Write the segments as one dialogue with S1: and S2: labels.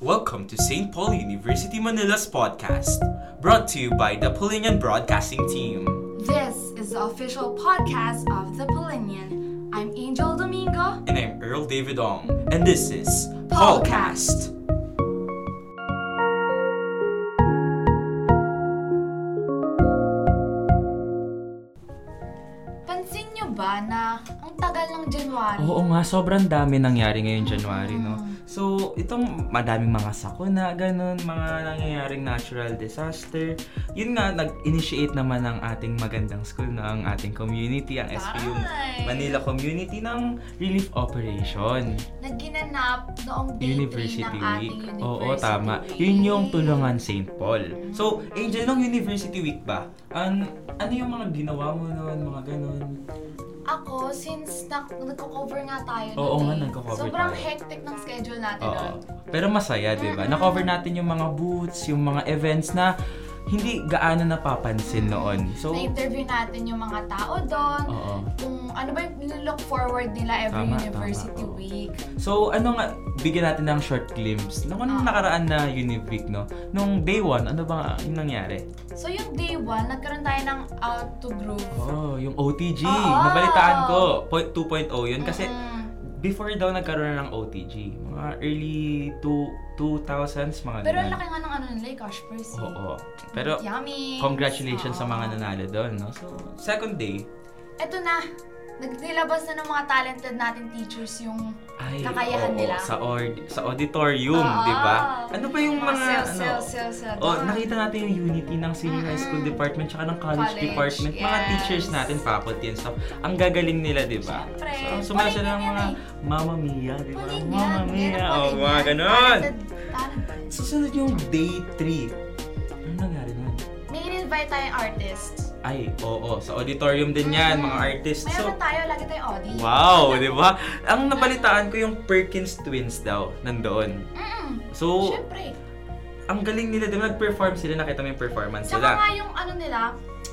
S1: Welcome to St. Paul University Manila's podcast, brought to you by the Polinian Broadcasting Team.
S2: This is the official podcast of The Polinian. I'm Angel Domingo.
S1: And I'm Earl David Ong, and this is
S2: Paulcast.
S1: Paulcast.
S2: Pansin nyo ba na ang tagal ng January?
S1: Oo nga, sobrang dami nangyari ngayon January, no? So, itong madaming mga sakuna, ganun, mga nangyayaring natural disaster. Yun nga, nag-initiate naman ang ating magandang school na ang ating community, ang SPU
S2: Nice.
S1: Manila Community ng Relief Operation.
S2: Nagginanap noong day
S1: University
S2: 3 ng
S1: Week.
S2: ating University
S1: Oo, tama.
S2: Week.
S1: Yun yung tulungan St. Paul. So, Angel, nung University Week ba, an ano yung mga ginawa mo noon, mga ganun?
S2: Ako, since na, nagko-cover nga tayo
S1: Oo
S2: nun
S1: nga,
S2: eh,
S1: nagko-cover
S2: Sobrang
S1: tayo.
S2: hectic ng schedule natin
S1: Oo.
S2: nun.
S1: Pero masaya, di ba? Nakover natin yung mga booths, yung mga events na hindi gaano napapansin noon. So,
S2: Na-interview natin yung mga tao doon.
S1: oo.
S2: Kung ano ba yung look forward nila every
S1: Tama,
S2: University
S1: tama, oo.
S2: Week.
S1: So, ano nga, bigyan natin ng short glimpse. Nung anong
S2: Oo.
S1: nakaraan na Univ Week, no? Nung day one, ano ba yung nangyari?
S2: So yung day 1, nagkaroon tayo ng out to group.
S1: Oo, Oh, yung OTG.
S2: Oo.
S1: Nabalitaan ko. Point- 2.0 yun. Kasi,
S2: Mm.
S1: before daw nagkaroon ng OTG, mga early two, 2000s, mga
S2: Pero
S1: ganun.
S2: ang laki nga ng ano nila, eh, cash prize. eh.
S1: Oo. Pero,
S2: Yummy!
S1: congratulations sa
S2: Oo.
S1: mga nanalo doon, no? So, second day,
S2: Eto na, nagnilabas na ng mga talented natin teachers yung
S1: ay,
S2: Kakayahan
S1: oo,
S2: nila.
S1: Sa, or, sa auditorium,
S2: Oo.
S1: di ba? Ano ba yung mga,
S2: sel,
S1: ano?
S2: sel, sel, sel,
S1: Oh,
S2: doon.
S1: nakita natin yung unity ng senior high
S2: Mm-mm.
S1: school department tsaka ng college,
S2: College,
S1: department. Mga
S2: yes.
S1: teachers natin, faculty and stuff. Ang gagaling nila, di ba?
S2: Siyempre.
S1: So, sumaya sila ng
S2: Palingan
S1: mga
S2: yan eh.
S1: mama mia, di ba?
S2: Palingan,
S1: Mama
S2: ganun,
S1: mia, oh,
S2: palingan.
S1: mga ganon.
S2: Talented, talented.
S1: Susunod yung day 3. Ano nangyari nun?
S2: May in-invite tayong artist.
S1: Ay, oo, sa auditorium din yan,
S2: Mm.
S1: mga artists. So,
S2: Mayroon tayo, lagi tayong audi.
S1: wow, di ba? Ang nabalitaan ko yung Perkins Twins daw, nandoon.
S2: Mm-mm.
S1: So,
S2: Siyempre.
S1: ang galing nila, di ba? Nag-perform sila, nakita mo yung performance
S2: Tsaka nga
S1: nila.
S2: yung ano nila,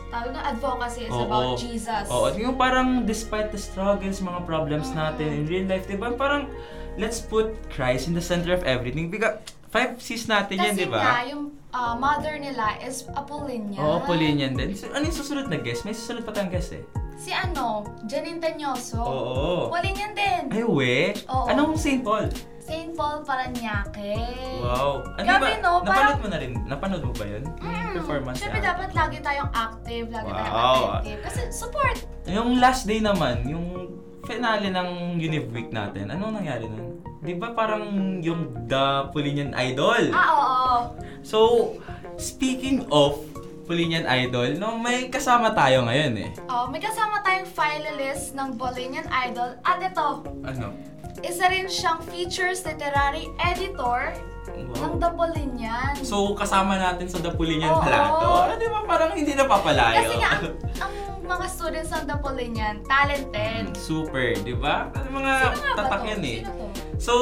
S2: tawag ng advocacy is
S1: Oo.
S2: about Jesus.
S1: Oo, at yung parang despite the struggles, mga problems
S2: Mm.
S1: natin in real life, di ba? Parang, let's put Christ in the center of everything. Biga, five C's natin yan, di
S2: Kasi
S1: ba?
S2: nga, yung ah, mother nila is Apolinia.
S1: Oo, Polinian din. So, ano yung susunod na guest? May susunod pa tayong guest eh.
S2: Si ano, Janine Tanyoso.
S1: Oo.
S2: Polinian din.
S1: Ay, we?
S2: Oo.
S1: Anong St. Paul?
S2: St. Paul Paranaque.
S1: Wow. Ano
S2: Grabe,
S1: ba?
S2: no?
S1: Napanood
S2: Parang-
S1: mo na rin? Napanood mo ba yun? Yung performance
S2: Siyempre
S1: niya.
S2: dapat lagi tayong active, lagi tayong
S1: Wow.
S2: active. Kasi support.
S1: Yung last day naman, yung finale ng Univ Week natin, anong nangyari nun? Di ba parang yung The Polinian Idol?
S2: Ah, oo.
S1: So, speaking of Polinian Idol, no, may kasama tayo ngayon eh.
S2: Oh, may kasama tayong finalist ng Bolinian Idol. At ito,
S1: Ano?
S2: isa rin siyang features literary editor ng
S1: Wow.
S2: The Bolinian.
S1: So, kasama natin sa The Polinian
S2: Oo.
S1: pala to. Ano, Di ba parang hindi napapalayo?
S2: Kasi nga, ang, ang mga students ng The Bolinian,
S1: Mm,
S2: talented.
S1: Super, di ba? Ano mga
S2: Sino nga ba
S1: tatak
S2: to?
S1: yan eh.
S2: Sino to?
S1: So,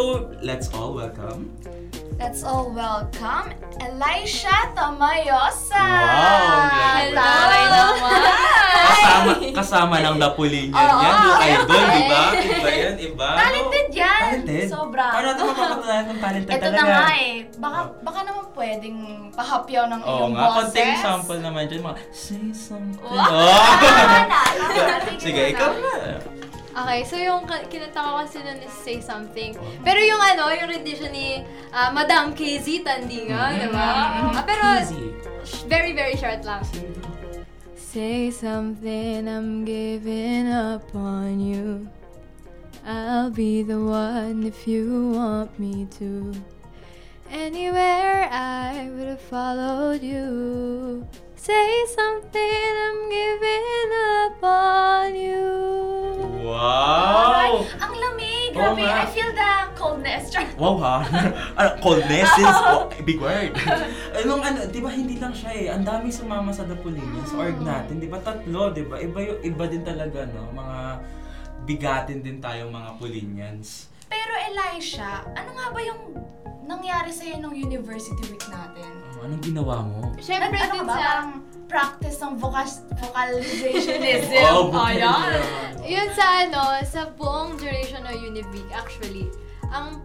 S1: let's all welcome.
S2: Let's all welcome Elisha Tamayosa!
S1: Wow, grabe.
S2: Taray naman!
S1: Kasama, kasama ng Napoleon yan.
S2: Oo.
S1: yan yung idol,
S2: Okay.
S1: di ba? Iba yan, iba.
S2: Talented yan!
S1: Talented?
S2: Sobra.
S1: Paano natin mapapatunayan ng talented
S2: Ito
S1: talaga?
S2: na nga eh. Baka, baka naman pwedeng pahapyaw ng
S1: Oo
S2: iyong
S1: nga,
S2: boses.
S1: konting sample naman dyan. Mga, say something.
S2: Wow!
S1: Oh.
S2: Tama na.
S1: Sige, ikaw na.
S3: Okay, so yung ka- kinanta ko kasi nun is Say Something. Pero yung ano, yung rendition ni ah, Madam KZ Tandinga,
S1: Mm-hmm.
S3: di ba? Ah, pero
S1: Easy.
S3: sh- very, very short lang. Say something, I'm giving up on you. I'll be the one if you want me to. Anywhere I would have followed you. Say something, I'm giving up on you.
S1: Wow!
S2: Ang lamig!
S1: Oo
S2: Grabe,
S1: nga.
S2: I feel the coldness. Char-
S1: Wow ha? ano, coldness is oh, big word. Anong ano, di ba hindi lang siya eh. Ang dami sumama sa Dapulinya, sa org natin. Di ba tatlo, di ba? Iba, yung, iba din talaga, no? Mga bigatin din tayo mga Polinians.
S2: Pero Elisha, ano nga ba yung nangyari sa'yo nung university week natin?
S1: Oh, anong ginawa mo?
S3: Siyempre,
S2: Nag- ano ka
S3: dun
S2: ba?
S3: sa...
S2: Parang practice ng vocas- vocalizationism.
S1: Oh,
S2: Ayan.
S1: Polinian.
S3: Yun sa ano, sa buong duration ng Univ Week, actually. ang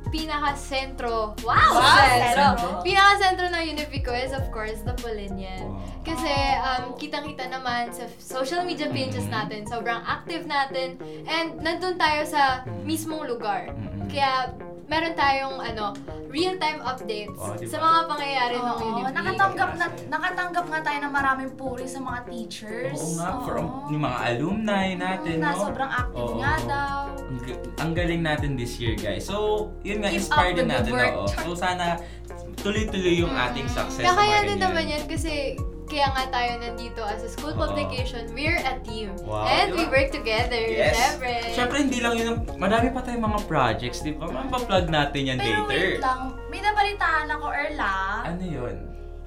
S3: pinaka-sentro. Wow!
S2: Wow,
S3: sentro!
S2: sentro.
S3: Pinaka-sentro ng Unifico is of course the Polinian.
S1: Wow.
S3: Kasi um, kitang-kita naman sa f- social media pages
S1: Mhm.
S3: natin, sobrang active natin, and nandun tayo sa mismong lugar.
S1: Mhm.
S3: Kaya meron tayong ano, real-time updates
S1: Oh, diba?
S3: sa mga pangyayari ng
S2: Oo,
S3: Unifico.
S2: nakatanggap, na, nakatanggap nga tayo ng maraming puri sa mga teachers.
S1: Oo nga,
S2: Oo.
S1: from yung mga alumni natin,
S2: na
S1: no?
S2: sobrang active
S1: Oo.
S2: nga daw.
S1: Ang, ga- ang galing natin this year, guys. So, yun nga,
S2: Keep
S1: inspired
S2: up
S1: din
S2: the
S1: natin.
S2: good work.
S1: Oo. So, sana tuloy-tuloy yung ating success. sa mga
S3: Kakaya din
S1: ganyan.
S3: naman yan kasi kaya nga tayo nandito as a school
S1: Oo.
S3: publication, we're a team.
S1: Wow.
S3: And we
S1: Diba?
S3: work together,
S1: Yes.
S3: syempre.
S1: Siyempre, hindi lang yun. ang- Marami pa tayong mga projects, di ba? Mapaplug natin yan
S2: Pero wait
S1: later.
S2: lang, may nabalitaan ako, Erla.
S1: Ano yun?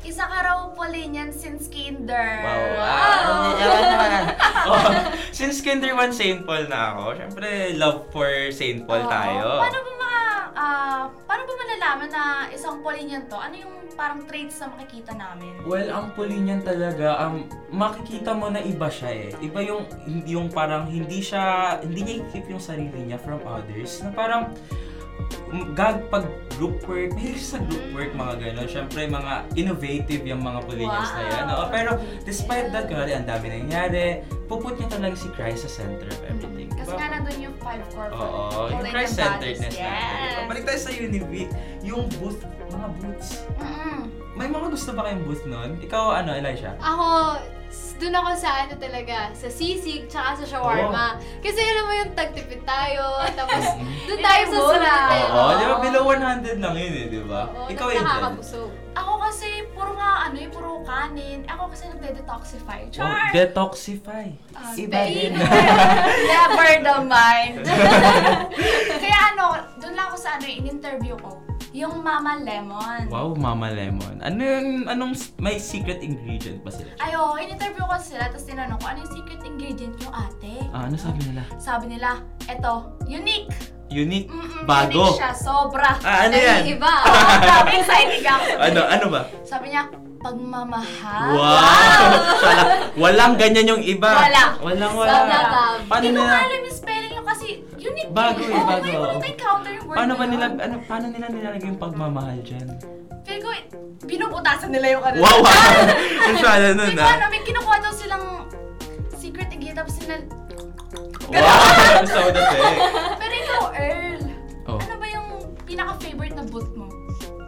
S2: Isa ka raw Polinian since kinder.
S1: Wow.
S3: Wow.
S1: Ah, ano naman? Oh, since Kinder 1, St. Paul na ako. Siyempre, love for St. Paul
S2: Oo.
S1: tayo.
S2: Paano ba mga, ah, paano ba malalaman na isang Polinian to? Ano yung parang traits na makikita namin?
S1: Well, ang puli niyan talaga, um, makikita mo na iba siya eh. Iba yung, yung parang hindi siya, hindi niya i-keep yung sarili niya from others. Na parang, um, gag pag group work, mahilig siya sa
S2: Mm.
S1: group work, mga gano'n. Siyempre, mga innovative yung mga Polinians na yan.
S2: Wow.
S1: Oo, ano. pero despite that, kunwari, ang dami nangyari, puput niya talaga si Christ sa center of everything.
S2: Mm. Kasi
S1: Diba?
S2: nga nandun yung five core
S1: Oo, yung Christ-centeredness natin. Balik tayo sa Univic, yung booth, mga booths. May mga gusto ba kayong booth nun? Ikaw, ano, Elisha?
S3: Ako, s- dun ako sa ano talaga, sa sisig, tsaka sa
S1: Oh.
S3: shawarma. Kasi alam mo yung tagtipid tayo, tapos dun tayo sa
S2: Inibura.
S3: sulitin.
S1: Oo, di ba? Below 100 lang yun eh, di ba?
S3: Oo,
S1: Ikaw,
S3: nang
S1: Angel.
S3: nakakabusog.
S2: Ako kasi, puro nga ano eh, puro kanin. Ako kasi nagde-detoxify.
S1: Oh,
S2: Char!
S1: detoxify.
S2: Ah,
S1: Iba din.
S2: Never the mind. Kaya ano, doon lang ako sa ano, in-interview ko. Yung Mama Lemon.
S1: wow, Mama Lemon. Ano yung, anong, s- may secret ingredient ba sila?
S2: Ayo, in-interview ko sila, tapos tinanong ko, ano yung secret ingredient nyo, ate?
S1: Ah, ano sabi nila?
S2: Sabi nila, eto, unique.
S1: Unique.
S2: Mm-mm,
S1: Bago.
S2: Unique siya, sobra.
S1: Ah, ano yan?
S3: Naiiba.
S2: Oo, grabe, excited ako.
S1: Ano, ano ba?
S2: Sabi niya, pagmamahal.
S1: Wow! Wala, walang ganyan yung iba.
S2: Wala.
S1: Walang
S3: Wala
S1: wala.
S3: ba?
S1: Paano
S2: Hindi ko nga
S1: nila,
S2: alam yung spelling nyo kasi unique.
S1: Bago eh,
S2: Oo,
S1: bago.
S2: ngayon ko lang na-encounter yung word
S1: paano
S2: na
S1: ba
S2: yun.
S1: nila, ano, paano nila nilalagay yung pagmamahal dyan?
S2: Feel ko, binubutasan nila yung ano.
S1: Wow, wow! Ang sana
S2: Feel
S1: nun
S2: ko,
S1: ah.
S2: ano, may kinukuha daw silang secret ingredient tapos sila...
S1: Wow! So the thing.
S2: Pero ikaw, Earl,
S1: Oh.
S2: ano ba yung pinaka-favorite na booth mo?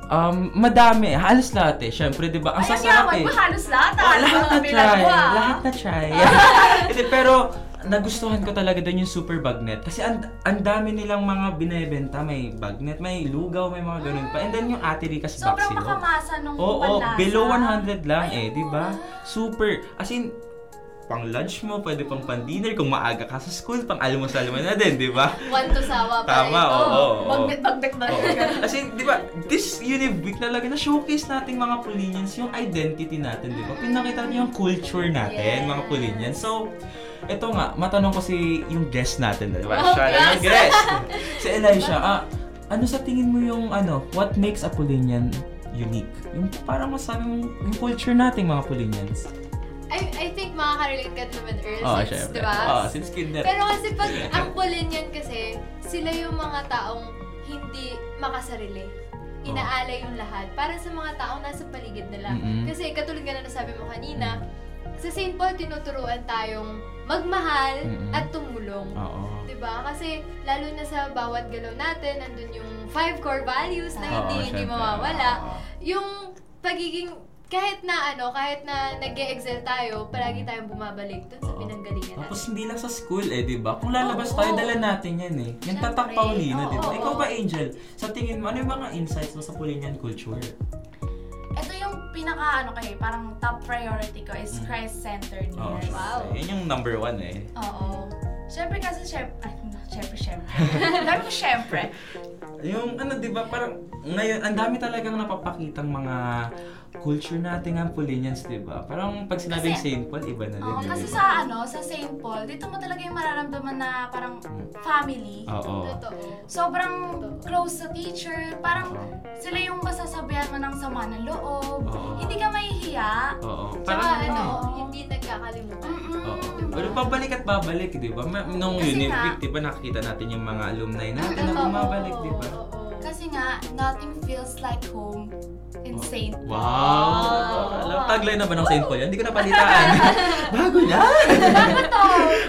S1: Um, madami. Halos lahat eh. Siyempre, di ba? Ang
S2: Ayun
S1: sasarap
S2: yaman
S1: eh.
S2: mo, halos lahat.
S1: Oh,
S2: ah.
S1: lahat na
S2: Sabi lang
S1: try.
S2: mo, ah.
S1: Lahat na try. Hindi, pero nagustuhan ko talaga doon yung super bagnet. Kasi ang ang dami nilang mga binebenta. May bagnet, may lugaw, may mga ganun pa. And then yung Ate Rica's Baxilo.
S2: Sobrang makamasa nung
S1: Oo,
S2: panlasa.
S1: below 100 lang eh,
S2: Ayun,
S1: di ba?
S2: ah.
S1: Super. As in, pang lunch mo, pwede pang pang dinner, kung maaga ka sa school, pang almusal mo na din, di ba?
S3: One to sawa pa
S1: Tama,
S3: ito.
S1: oo.
S2: Bagbit-bagbit na.
S1: Oo. Kasi, di ba, this Univ Week talaga na-showcase nating mga Polinians yung identity natin, di ba?
S3: Mm.
S1: Pinakita niyo yung culture natin, mga Polinians. So, eto nga, matanong ko si yung guest natin, di ba?
S3: Oh,
S1: Siya lang yung
S3: yes.
S1: guest! si Elisha, ah, ano sa tingin mo yung, ano, what makes a Polinian unique? Yung parang masabi mo, yung culture nating mga Polinians.
S3: I, I think makaka-relate ka naman, Earl,
S1: Oo,
S3: since,
S1: syempre.
S3: di ba?
S1: Oo, since kinder.
S3: Pero kasi pag ang Polinian kasi, sila yung mga taong hindi makasarili. Inaalay yung lahat. Para sa mga taong nasa paligid nila.
S1: Mm-mm.
S3: Kasi katulad nga na nasabi mo kanina, sa St. Paul tinuturuan tayong magmahal
S1: Mm-mm.
S3: at tumulong.
S1: Oo.
S3: 'Di ba? Kasi lalo na sa bawat galaw natin, nandun yung five core values na
S1: Oo,
S3: hindi, hindi
S1: Ah, syempre.
S3: mawawala
S1: Oo.
S3: yung pagiging kahit na ano, kahit na nag excel tayo, palagi tayong bumabalik dun sa
S1: Oo.
S3: pinanggalingan
S1: Ah. Tapos
S3: natin.
S1: hindi lang sa school eh, di ba? Kung lalabas
S3: Oo.
S1: tayo, dala natin yan eh. Yung
S3: Syempre.
S1: tatak Paulina, di ba?
S3: Oo.
S1: Ikaw ba, Angel? Sa tingin mo, ano yung mga insights mo sa Paulinian culture?
S2: Ito yung pinaka ano kayo, parang top priority ko is
S1: Mm. Oh,
S2: Christ-centeredness. Diba?
S1: Oo, syempre.
S3: Wow.
S1: Yun yung number one eh.
S2: Oo. Siyempre kasi, siyempre, ay, no, siyempre, siyempre. Dami ko siyempre.
S1: Yung ano, di ba? Parang ngayon, ang dami talagang napapakitang mga culture natin ang Paulinians, di ba? Parang pag sinabing
S2: Kasi-
S1: St. Paul, iba na din.
S2: Oo,
S1: eh,
S2: kasi
S1: di ba?
S2: sa ano, sa St. Paul, dito mo talaga yung mararamdaman na parang family.
S1: Oo.
S3: Totoo.
S2: Sobrang close sa teacher, parang sila yung masasabihan mo ng sama ng loob.
S1: Oo.
S2: Hindi ka mahihiya.
S1: Oo.
S3: Tsaka
S1: Parang
S3: ano, diba?
S1: ano eh.
S3: hindi nagkakalimutan.
S2: Mm-mm.
S1: Oo. Pero pabalik at babalik, di ba? Ma- Nung
S2: Kasi
S1: Univic,
S2: nga-
S1: di ba nakikita natin yung mga alumni natin na
S3: Totoo.
S1: bumabalik, diba? di ba?
S3: Oo.
S2: Kasi nga, nothing feels like home in St.
S4: Wow!
S2: Wow.
S1: Alam, tagline na ba ng St. Paul yan? Hindi ko napalitaan. Bago yan!
S2: Bago to!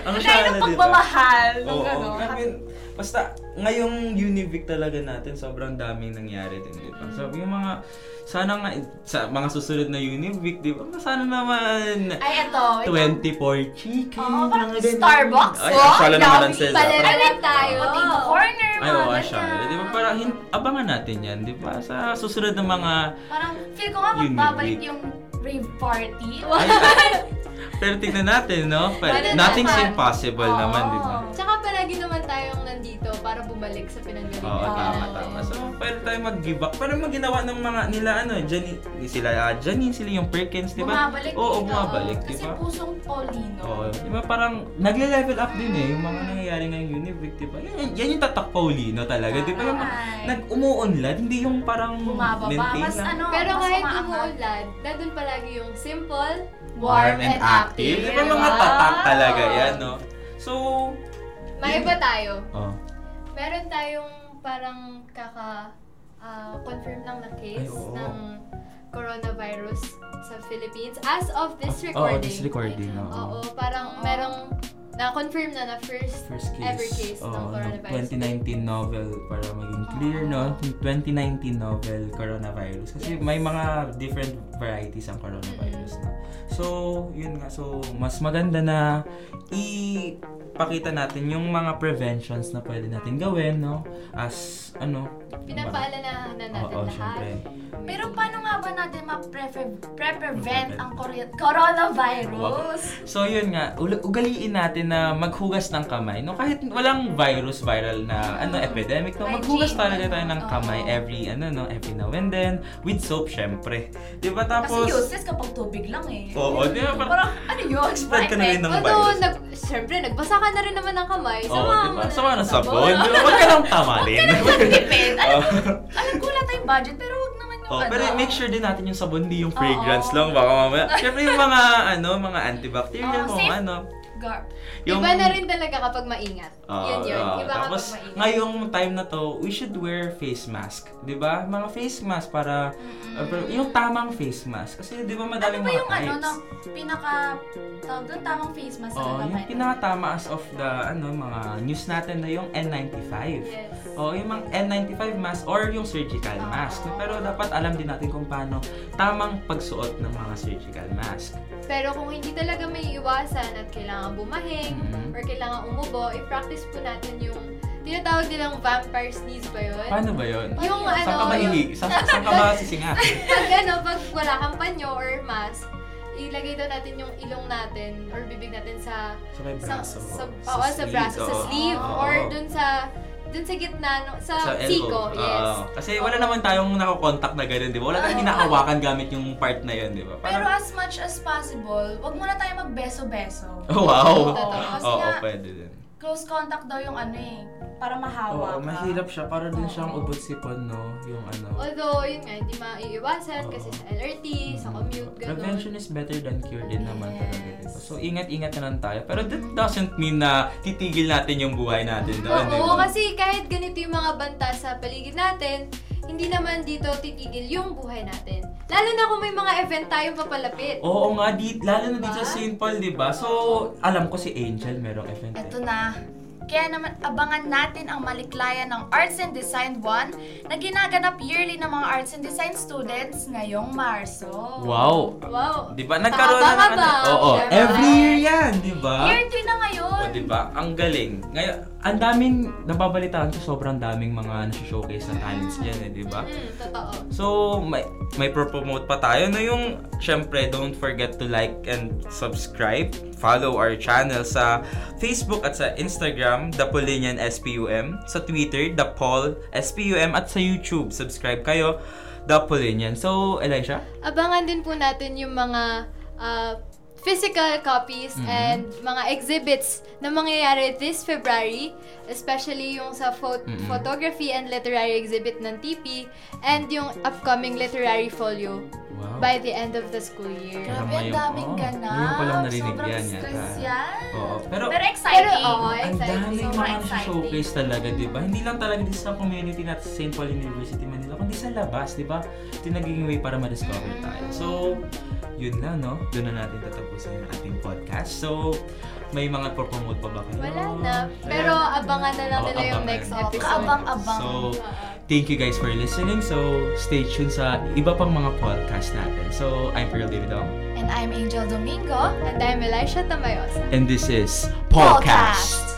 S1: Ang
S2: Kaya
S1: sana,
S2: ng
S1: diba?
S2: oh. pagmamahal. ng
S1: Oo,
S2: gano'n.
S1: I mean, basta ngayong Univic talaga natin, sobrang daming nangyari din, di ba? So, yung mga, sana nga, sa mga susunod na Univic, di ba? Sana naman,
S2: Ay, ito. ito.
S1: 24 chicken.
S2: Oo, parang
S1: mga ganun.
S2: Starbucks.
S1: Ay,
S2: oh,
S1: ang sala naman ang
S2: dami.
S1: sales.
S3: Pala
S1: ah.
S2: Ay,
S3: naman
S2: wait,
S3: tayo.
S2: Potato corner,
S1: Ay,
S2: mga
S1: oo,
S2: ganyan.
S1: siya. Di ba? Parang, hin- abangan natin yan, di ba? Sa susunod na mga,
S2: Parang feel ko nga
S1: Unique.
S2: magbabalik yung rave party.
S1: ay, ay, pero tignan natin, no? Pero
S3: Pwede
S1: nothing's
S3: naman.
S1: impossible
S2: Oo.
S1: naman, di ba?
S3: Tsaka palagi naman tayong nandito para bumalik sa pinanggalingan.
S1: Oo, tama, tama. So, pwede tayo mag-give up. Pwede mag-ginawa ng mga nila, ano, Janine, sila, ah, Janine, sila yung Perkins, di ba?
S2: Bumabalik
S1: Oo,
S2: dito.
S1: bumabalik, di
S2: Kasi
S1: ba?
S2: pusong Paulino.
S1: Oo, di ba parang nagle-level up din eh, yung mga nangyayari ngayong Univic, di ba? Yan, yan yung tatak Paulino talaga, di ba? Yung mga-
S2: Ay.
S1: nag-umuunlad, hindi yung parang
S2: Bumababa. Mas ano,
S3: Pero
S2: mas
S3: kahit
S2: umaangat.
S3: umuulan, nandun palagi yung simple,
S2: warm and active.
S1: Di ba mga
S3: Wow.
S1: tatak talaga yan, no? So,
S3: May iba tayo.
S1: oh,
S3: Meron tayong parang kaka ah, confirm lang na
S1: Ay,
S3: case
S1: oo.
S3: ng coronavirus sa Philippines as of this
S1: oh,
S3: recording.
S1: this recording, oo.
S3: Oo, parang merong na-confirm na na first,
S1: First case.
S3: ever case ng
S1: Oo,
S3: coronavirus. Ah.
S1: 2019 ano, novel para maging clear, no? 2019 novel coronavirus. Kasi
S3: Yes.
S1: may mga different varieties ang coronavirus. No? So, yun nga. So, mas maganda na ipakita natin yung mga preventions na pwede natin gawin, no? As, ano?
S3: Pinapaalalahan na natin
S1: Oo,
S3: lahat.
S1: syempre.
S2: Pero paano nga ba natin ma-prevent ang Korea- coronavirus?
S1: So yun nga, ul- ugaliin natin na maghugas ng kamay. No kahit walang virus viral na ano epidemic, no maghugas
S2: Mm-hmm. Hygiene.
S1: talaga tayo ng kamay
S2: Oo.
S1: every ano no, every now and then with soap syempre. 'Di ba tapos
S2: Kasi useless kapag tubig lang eh.
S1: Oo, di ba? Parang
S2: Parang ano yun?
S1: spread ka na rin ng
S3: Although,
S1: virus.
S3: nag, syempre, nagbasa ka na rin naman ng kamay.
S1: Oo,
S3: Sama
S1: di ba?
S3: mo na
S1: Sama
S3: ng
S1: ng sabon. Di ba? Huwag ka lang tamalin.
S2: Depend. Alam,
S1: Oo.
S2: alam ko wala tayong budget pero wag naman yung
S1: Oh,
S2: ano.
S1: pero make sure din natin yung sabon, di yung fragrance
S2: Oo.
S1: lang. Baka mamaya. Siyempre yung mga, ano, mga antibacterial,
S2: Oo,
S1: mga
S2: safe.
S1: ano.
S2: Gar-
S1: Yung,
S3: Iba na rin talaga kapag maingat. yun yun.
S1: ah,
S3: Iba
S1: tapos,
S3: kapag maingat.
S1: ngayong time na to, we should wear face mask. Di ba? Mga face mask para,
S3: Hmm.
S1: ah, pero yung tamang face mask. Kasi di ba
S2: Ano
S1: madaling
S2: ba yung
S1: mga
S2: ano
S1: types.
S2: na pinaka tawag doon tamang face mask
S1: Oo,
S2: na
S1: Oh, yung pinakatama as of the ano mga news natin na yung N95.
S3: Yes.
S1: Oo, yung mga N95 mask or yung surgical
S2: Oo.
S3: Ah.
S1: mask. Pero dapat alam din natin kung paano tamang pagsuot ng mga surgical mask.
S3: Pero kung hindi talaga may iwasan at kailangan bumahing
S1: Mhm.
S3: or kailangan umubo, i-practice po natin yung tinatawag nilang vampire sneeze ba yun?
S1: Paano ba yun?
S3: Yung
S2: Saan
S1: Saan ka
S3: ano,
S1: ba
S3: yung,
S1: ihi? Saan, saan ka ba sisinga?
S3: pag ano, pag wala kang panyo or mask, ilagay daw natin yung ilong natin or bibig natin sa
S1: Sa may
S3: sa
S1: braso.
S3: sa, oo, sa
S1: sleeve,
S3: braso, sa
S1: oo.
S3: sleeve
S1: Oo.
S3: or dun sa dun sa gitna no, sa,
S1: elbow. Ah,
S3: siko, yes.
S1: Oo. kasi wala naman tayong nakokontakt na gano'n, di ba? Wala tayong hinahawakan gamit yung part na yun, di ba?
S2: Pero
S1: Parang,
S2: as much as possible, wag muna tayo magbeso-beso.
S1: oh, wow! Oo,
S3: Oo, totoo.
S2: Kasi
S1: oh,
S2: nga-
S1: pwede din.
S2: Close contact daw yung ano eh, para mahawa
S1: Oo,
S2: ka.
S1: mahirap siya. Para din
S2: Oo.
S1: siyang ubod sipon, no? Yung ano.
S3: Although, yun nga, hindi maiiwasan kasi
S1: Oo.
S3: sa LRT, sa commute, gano'n.
S1: Mm-hmm. Prevention is better than cure din naman
S2: Yes.
S1: talaga dito. So, ingat-ingat na lang tayo. Pero that doesn't mean na titigil natin yung buhay natin doon, di
S3: Oo,
S1: ba?
S3: kasi kahit ganito yung mga banta sa paligid natin, hindi naman dito titigil yung buhay natin. Lalo na kung may mga event tayong papalapit.
S1: Oo nga, di, lalo na dito
S3: Diba?
S1: sa St. Paul, di ba? So, alam ko si Angel merong event. eh.
S2: Ito na. Kaya naman abangan natin ang maliklayan ng Arts and Design 1 na ginaganap yearly ng mga Arts and Design students ngayong Marso.
S1: Wow!
S3: Wow.
S1: Di ba? Nagkaroon na
S3: Tama
S1: ng-
S3: ba?
S1: Oo,
S3: Diba?
S1: every year yan, di ba?
S2: Year 3 na ngayon.
S1: O, di ba? Ang galing. Ngayon, ang daming nababalitaan ko sobrang daming mga nasi-showcase na talents dyan eh, di ba?
S3: Mm, totoo.
S1: So, may, may promote pa tayo na yung, syempre, don't forget to like and subscribe. Follow our channel sa Facebook at sa Instagram, The Polinian SPUM. Sa Twitter, The Paul SPUM. At sa YouTube, subscribe kayo, The Polinian. So, Elisha?
S3: Abangan din po natin yung mga ah, physical copies
S1: Mm-hmm.
S3: and mga exhibits na mangyayari this February, especially yung sa pho-
S1: Mm-mm.
S3: photography and literary exhibit ng TP and yung upcoming literary folio
S1: Wow.
S3: by the end of the school
S1: Parang
S3: year.
S2: Grabe, ang
S1: ngayon-
S2: daming
S1: oh,
S2: ganap.
S1: ngayon pa lang narinig
S2: Sobrang
S1: yan,
S2: stress
S1: yata.
S2: yan.
S1: Oo, pero-
S2: Pero
S3: Pero
S2: exciting.
S3: oo,
S1: Ang daming
S3: Oh, exciting.
S2: Sobrang
S1: mga
S2: exciting.
S1: showcase talaga, di ba? Hindi lang talaga dito sa community natin sa St. Paul University Manila, kundi sa labas, di ba? Ito yung nagiging way para ma-discover tayo. So, yun na, no? Doon na natin tatapusin ang ating podcast. So, may mga promote pa ba kayo?
S3: Wala na. Pero
S1: Ayan.
S3: abangan na lang
S1: Oo,
S3: nila yung
S1: abangan.
S3: next
S2: Oo,
S3: episode.
S2: kaabang-abang.
S1: So, thank you guys for listening. So, stay tuned sa iba pang mga podcast natin. So, I'm Pearl Davidong.
S2: And I'm Angel Domingo.
S3: And I'm Elisha Tamayosa.
S1: And this is
S2: Podcast.